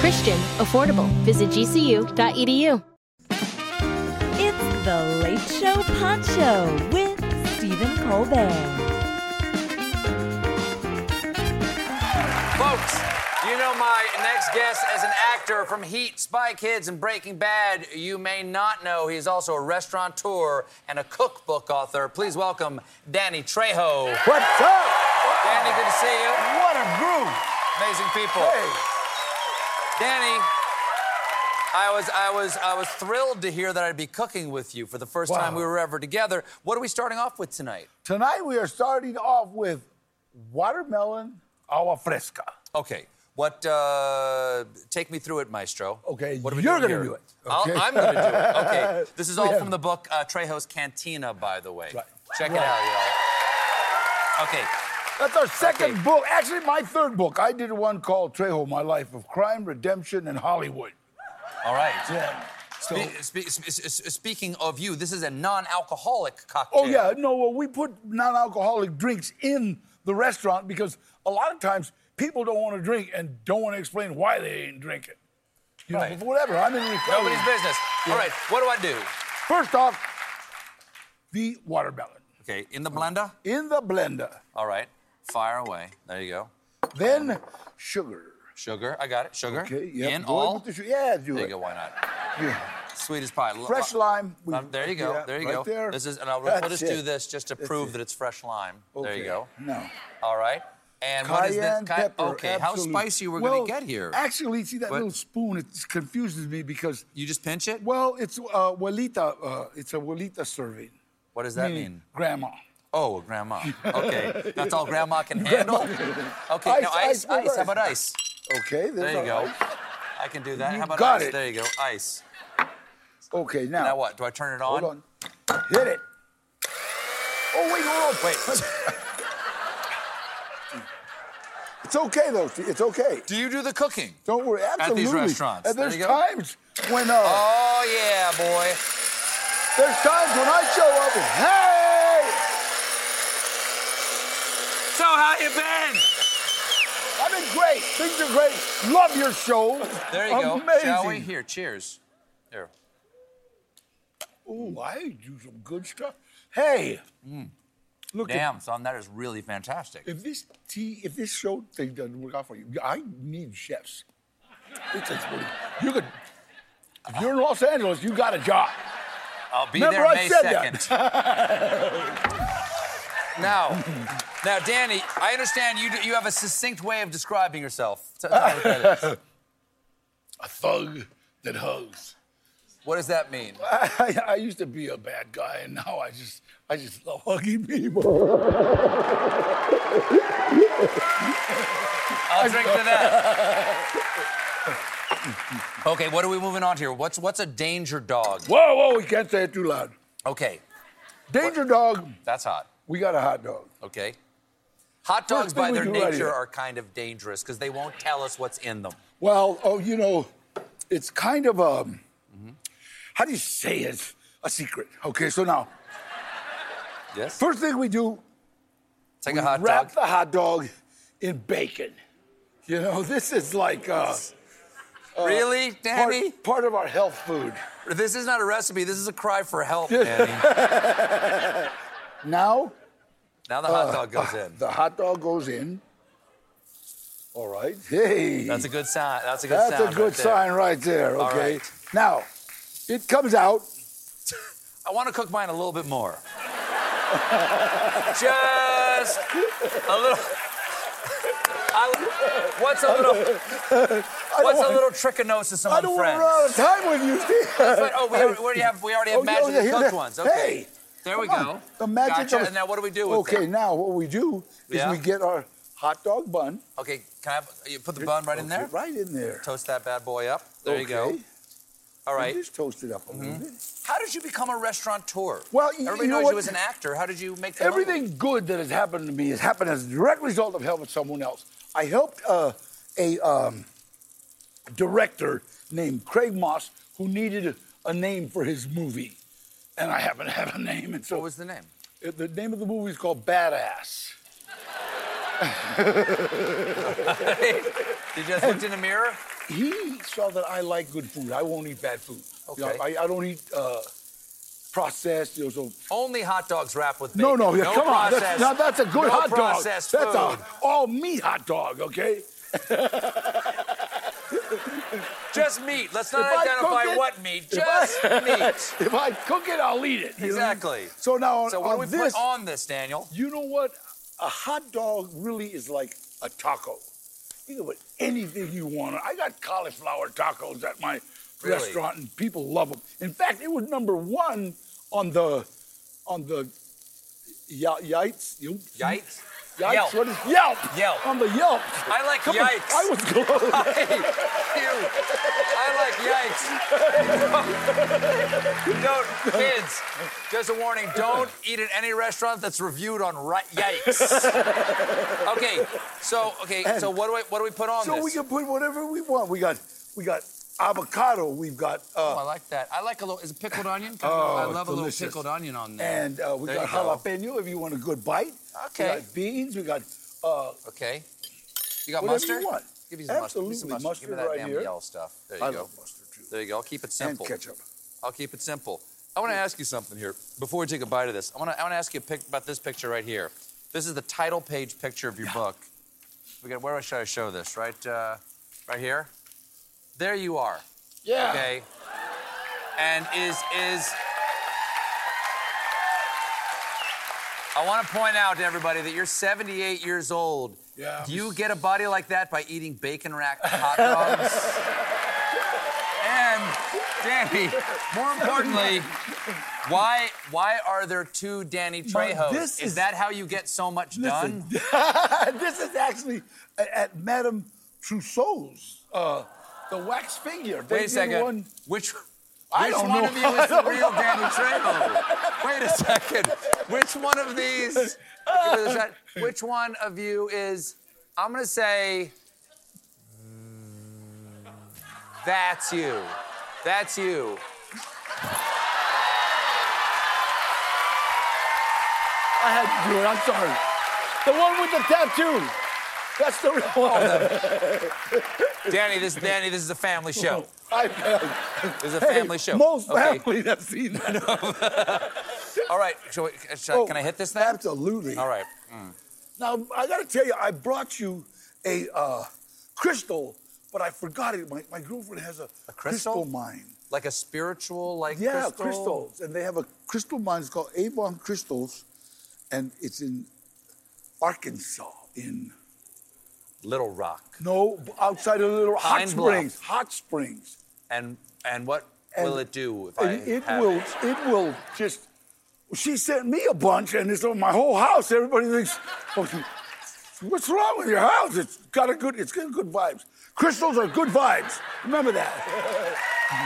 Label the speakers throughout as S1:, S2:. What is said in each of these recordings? S1: Christian, affordable. Visit gcu.edu.
S2: It's the Late Show Poncho with Stephen Colbert.
S3: Folks, you know my next guest as an actor from Heat, Spy Kids, and Breaking Bad. You may not know he's also a restaurateur and a cookbook author. Please welcome Danny Trejo.
S4: What's up?
S3: Danny, good to see you.
S4: What a groove.
S3: Amazing people. Danny, I was, I was, I was thrilled to hear that I'd be cooking with you for the first
S4: Wow.
S3: time we were ever together. What are we starting off with tonight?
S4: Tonight we are starting off with watermelon agua fresca.
S3: Okay. What? Uh, take me through it, Maestro.
S4: Okay,
S3: What
S4: you're
S3: doing
S4: gonna
S3: here?
S4: do it,
S3: I'll-
S4: okay?
S3: I'm going to do it. Okay. This is all
S4: Yeah.
S3: from the book uh, Trejo's Cantina, by the way.
S4: Right.
S3: Check it
S4: Right.
S3: out, y'all. Okay.
S4: That's our second
S3: Okay.
S4: book. Actually, my third book. I did one called Trejo, My Life of Crime, Redemption, and Hollywood.
S3: All right.
S4: Yeah. So,
S3: Spe- spe- spe- s- speaking of you, this is a non-alcoholic cocktail.
S4: oh, yeah. No, well, we put non alcoholic drinks in the restaurant because a lot of times people don't want to drink and don't want to explain why they ain't drinking. You know,
S3: Right.
S4: but whatever. I'm in recovery.
S3: Nobody's business. All right. What do I do?
S4: First off, the watermelon
S3: Okay. In the blender.
S4: in the blender,
S3: All right. Fire away. There you go.
S4: then sugar.
S3: Sugar. I got it. Sugar.
S4: Okay, yeah.
S3: In all.
S4: With the sugar. Yeah, do
S3: There
S4: it.
S3: you go. Why not?
S4: Yeah.
S3: Sweet as pie. L-
S4: Fresh
S3: uh,
S4: lime. We-
S3: Um, there you go.
S4: yeah,
S3: there you
S4: right
S3: go.
S4: There.
S3: This is, and I'll,
S4: That's
S3: we'll just
S4: it.
S3: do this just to
S4: That's
S3: prove
S4: it.
S3: that it's fresh lime. There you
S4: Okay.
S3: go.
S4: No.
S3: All right. And what is this?
S4: Cayenne
S3: Ki-
S4: pepper.
S3: okay, how
S4: absolute.
S3: spicy we're
S4: well,
S3: going to get here?
S4: Actually, see that
S3: What?
S4: little spoon? It confuses me because,
S3: you just pinch it.
S4: well, it's uh, walita. Uh, it's a walita serving.
S3: What does that
S4: meaning
S3: mean?
S4: Grandma.
S3: Oh, grandma. Okay, that's all grandma can handle. Okay,
S4: Ice,
S3: now
S4: ice,
S3: ice, ice.
S4: ice.
S3: How about ice? There
S4: Okay.
S3: you
S4: there's
S3: go.
S4: our-
S3: I can do that.
S4: You
S3: How about
S4: got
S3: ice?
S4: it.
S3: There you go. Ice.
S4: Okay. Now.
S3: Now what? Do I turn it on?
S4: Hold on. Hit it. Oh wait, hold on.
S3: Wait.
S4: It's okay though. It's okay.
S3: do you do the cooking?
S4: Don't worry. Absolutely.
S3: these restaurants.
S4: And
S3: There
S4: there's
S3: you go.
S4: times when uh,
S3: Oh yeah, boy.
S4: There's times when I show up and hey,
S3: So how you been?
S4: I've been great. Things are great. Love your show.
S3: There you
S4: Amazing.
S3: go. Shall we? Here, cheers. Here.
S4: Ooh, I do some good stuff. Hey, mm, look. If,
S3: Damn, son, that is really fantastic.
S4: if this tea, if this show thing doesn't work out for you, I need chefs. It takes money. You could. If you're in Los Angeles, you got a job.
S3: I'll be
S4: Remember
S3: there
S4: I
S3: May
S4: said
S3: 2nd. now, now, Danny, I understand you, do- you have a succinct way of describing yourself. T- tell us what that is.
S4: A thug that hugs.
S3: What does that mean?
S4: I, I used to be a bad guy, and now I just, I just love hugging people.
S3: I'll drink to that. Okay, what are we moving on to here? What's, what's a danger dog?
S4: Whoa, whoa, we can't say it too loud.
S3: Okay,
S4: Danger dog,
S3: that's hot.
S4: we got a hot dog.
S3: Okay. Hot dogs,
S4: First thing
S3: by
S4: we
S3: their
S4: do right
S3: nature,
S4: here.
S3: are kind of dangerous because they won't tell us what's in them.
S4: Well, oh, you know, it's kind of a,
S3: Mm-hmm.
S4: how do you say it? A secret. Okay, so now,
S3: Yes?
S4: first thing we do,
S3: Take a hot
S4: wrap
S3: dog.
S4: the hot dog in bacon. You know, this is like uh,
S3: really,
S4: part,
S3: Danny?
S4: part of our health food.
S3: This is not a recipe. This is a cry for help, Danny.
S4: Now,
S3: now the hot dog goes in.
S4: the hot dog goes in. All right. Hey.
S3: That's a good sign. That's a good
S4: That's
S3: sound.
S4: a good
S3: right there.
S4: sign right there.
S3: All
S4: Okay.
S3: right.
S4: Now, It comes out.
S3: I want to cook mine a little bit more. Just a little. I, what's a little?
S4: I
S3: What's a
S4: don't
S3: little trichinosis among
S4: I don't want to
S3: friends?
S4: run out of time with you, Steve.
S3: But- oh, we already, we already have. We already have
S4: Oh, yeah,
S3: magically
S4: yeah, here
S3: cooked
S4: they-
S3: ones. Okay.
S4: hey,
S3: there we go.
S4: Come on. The magic
S3: Gotcha.
S4: of-
S3: And now what do we do with
S4: Okay,
S3: it?
S4: now what we do is
S3: Yeah.
S4: we get our hot dog bun.
S3: Okay. Can I? Have, you put the bun right in there.
S4: Okay, Right in there.
S3: Toast that bad boy up. There you go.
S4: Okay.
S3: All right. Mm-hmm.
S4: Just toast it up a little bit.
S3: How did you become a restaurateur?
S4: Well, you-
S3: everybody
S4: you know
S3: knows
S4: what?
S3: you as an actor. How did you make that?
S4: Everything good that has happened to me has happened as a direct result of helping someone else. I helped uh, a um, director named Craig Moss who needed a name for his movie, and I happen to have a name. And so
S3: What was the name?
S4: it- the name of the movie is called Badass.
S3: Did you just look in the mirror?
S4: He saw that I like good food. I won't eat bad food. You know,
S3: Okay.
S4: I, I don't eat uh, processed. You know, so
S3: Only hot dogs wrapped with
S4: No,
S3: bacon.
S4: no, yeah, come on.
S3: processed,
S4: That's, now that's a good
S3: no
S4: hot dog. That's
S3: processed
S4: a
S3: food.
S4: all meat hot dog, okay?
S3: Just meat. Let's
S4: If
S3: not
S4: I
S3: identify
S4: cook it-
S3: what meat.
S4: if I-
S3: Just meat.
S4: If I cook it, I'll eat it. you know?
S3: Exactly.
S4: So now on,
S3: So what do we
S4: on this,
S3: put on this, Daniel?
S4: you know what? A hot dog really is like a taco. You can put anything you want. on it. I got cauliflower tacos at my
S3: Really?
S4: restaurant, and people love them. In fact, it was number one on the on the Ya- Yites. You-
S3: Yikes.
S4: Yikes,
S3: Yelp.
S4: what is Yelp?
S3: Yelp.
S4: On the Yelp.
S3: I like
S4: Come on,
S3: Yikes.
S4: I was close.
S3: Hey, you. I like yikes. don't, kids, just a warning don't eat at any restaurant that's reviewed on ri- yikes. Okay, so, okay, so what do, I, what do we put on
S4: So
S3: this?
S4: we can put whatever we want. We got we got avocado. We've got
S3: Oh, I
S4: uh,
S3: like that. I like a little. Is it pickled onion? Can I-
S4: Oh,
S3: I love a little
S4: delicious.
S3: pickled onion on there.
S4: and uh, we
S3: There
S4: got
S3: you go.
S4: jalapeno if you want a good bite.
S3: Okay.
S4: We got beans. We got uh,
S3: Okay. You got
S4: whatever
S3: mustard?
S4: you want.
S3: Give me some mustard. Give me some
S4: Absolutely,
S3: mustard. Give me
S4: mustard
S3: that
S4: right
S3: damn
S4: here.
S3: yellow stuff. There you
S4: I
S3: go.
S4: love mustard too.
S3: There you go. I'll keep it
S4: And
S3: simple.
S4: ketchup.
S3: I'll keep it simple. I want to ask you something here before we take a bite of this. I want to, I want to ask you a pic, about this picture right here. This is the title page picture of your book. We got, where should I show this? Right, uh, right here. There you are.
S4: Yeah.
S3: Okay. And is is. I want to point out to everybody that you're 78 years old.
S4: Yeah.
S3: Do you get a body like that by eating bacon rack hot dogs? and Danny, more importantly, why why are there two Danny
S4: My-
S3: Trejos?
S4: this
S3: is
S4: is-
S3: that how you get so much done?
S4: Listen, this is actually a- at Madame Trousseau's. Uh, the wax figure. They
S3: Wait a
S4: did
S3: second.
S4: One,
S3: Which which
S4: I don't
S3: one
S4: know.
S3: of you
S4: I
S3: is the
S4: don't
S3: real
S4: know.
S3: Danny Trejo? Wait a second. Which one of these? give it a shot. Which one of you is? I'm gonna say. That's you. That's you.
S4: I had to do it. I'm sorry. The one with the tattoo. That's the real
S3: Oh,
S4: one.
S3: Danny, this Danny, this is a family show.
S4: I,
S3: This is a family show.
S4: Most
S3: Okay.
S4: families have seen that.
S3: All right. Shall we, uh, shall I-
S4: Oh,
S3: can I hit this now?
S4: Absolutely.
S3: All right.
S4: Now I got to tell you, I brought you a uh, crystal, but I forgot it. My, my girlfriend has a,
S3: A crystal?
S4: mine.
S3: Like a spiritual, like
S4: Yeah,
S3: crystal.
S4: crystals, and they have a crystal mine. It's called Avon Crystals, and it's in Arkansas, in
S3: Little Rock.
S4: no outside of Little Hot
S3: Pine Bluff.
S4: Springs. Hot Springs.
S3: And and what
S4: And-
S3: will it do if I
S4: And it
S3: have
S4: will. It will just. She sent me a bunch, and it's on my whole house. Everybody thinks, "Oh, "What's wrong with your house? It's got a good. It's got good vibes. Crystals are good vibes. Remember that."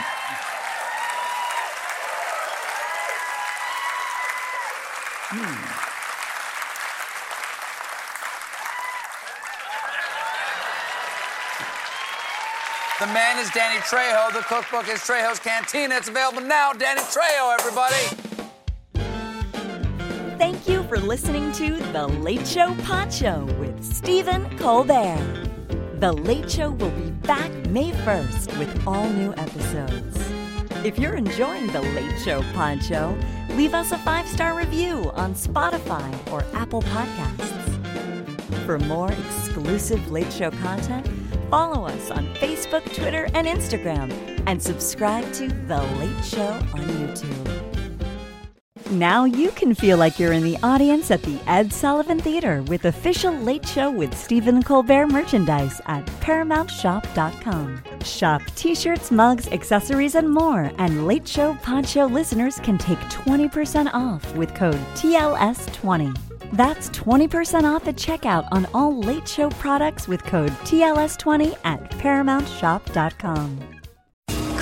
S3: The man is Danny Trejo. The cookbook is Trejo's Cantina. It's available now. Danny Trejo, everybody.
S2: Thank you for listening to The Late Show Poncho with Stephen Colbert. The Late Show will be back May 1st with all new episodes. If you're enjoying The Late Show Poncho, leave us a five star review on Spotify or Apple Podcasts. For more exclusive Late Show content, Follow us on Facebook, Twitter, and Instagram, and subscribe to The Late Show on YouTube. Now you can feel like you're in the audience at the Ed Sullivan Theater with official Late Show with Stephen Colbert merchandise at ParamountShop.com. Shop t shirts, mugs, accessories, and more, and Late Show Pod Show listeners can take 20% off with code TLS20. That's 20% off at checkout on all Late Show products with code TLS20 at ParamountShop.com.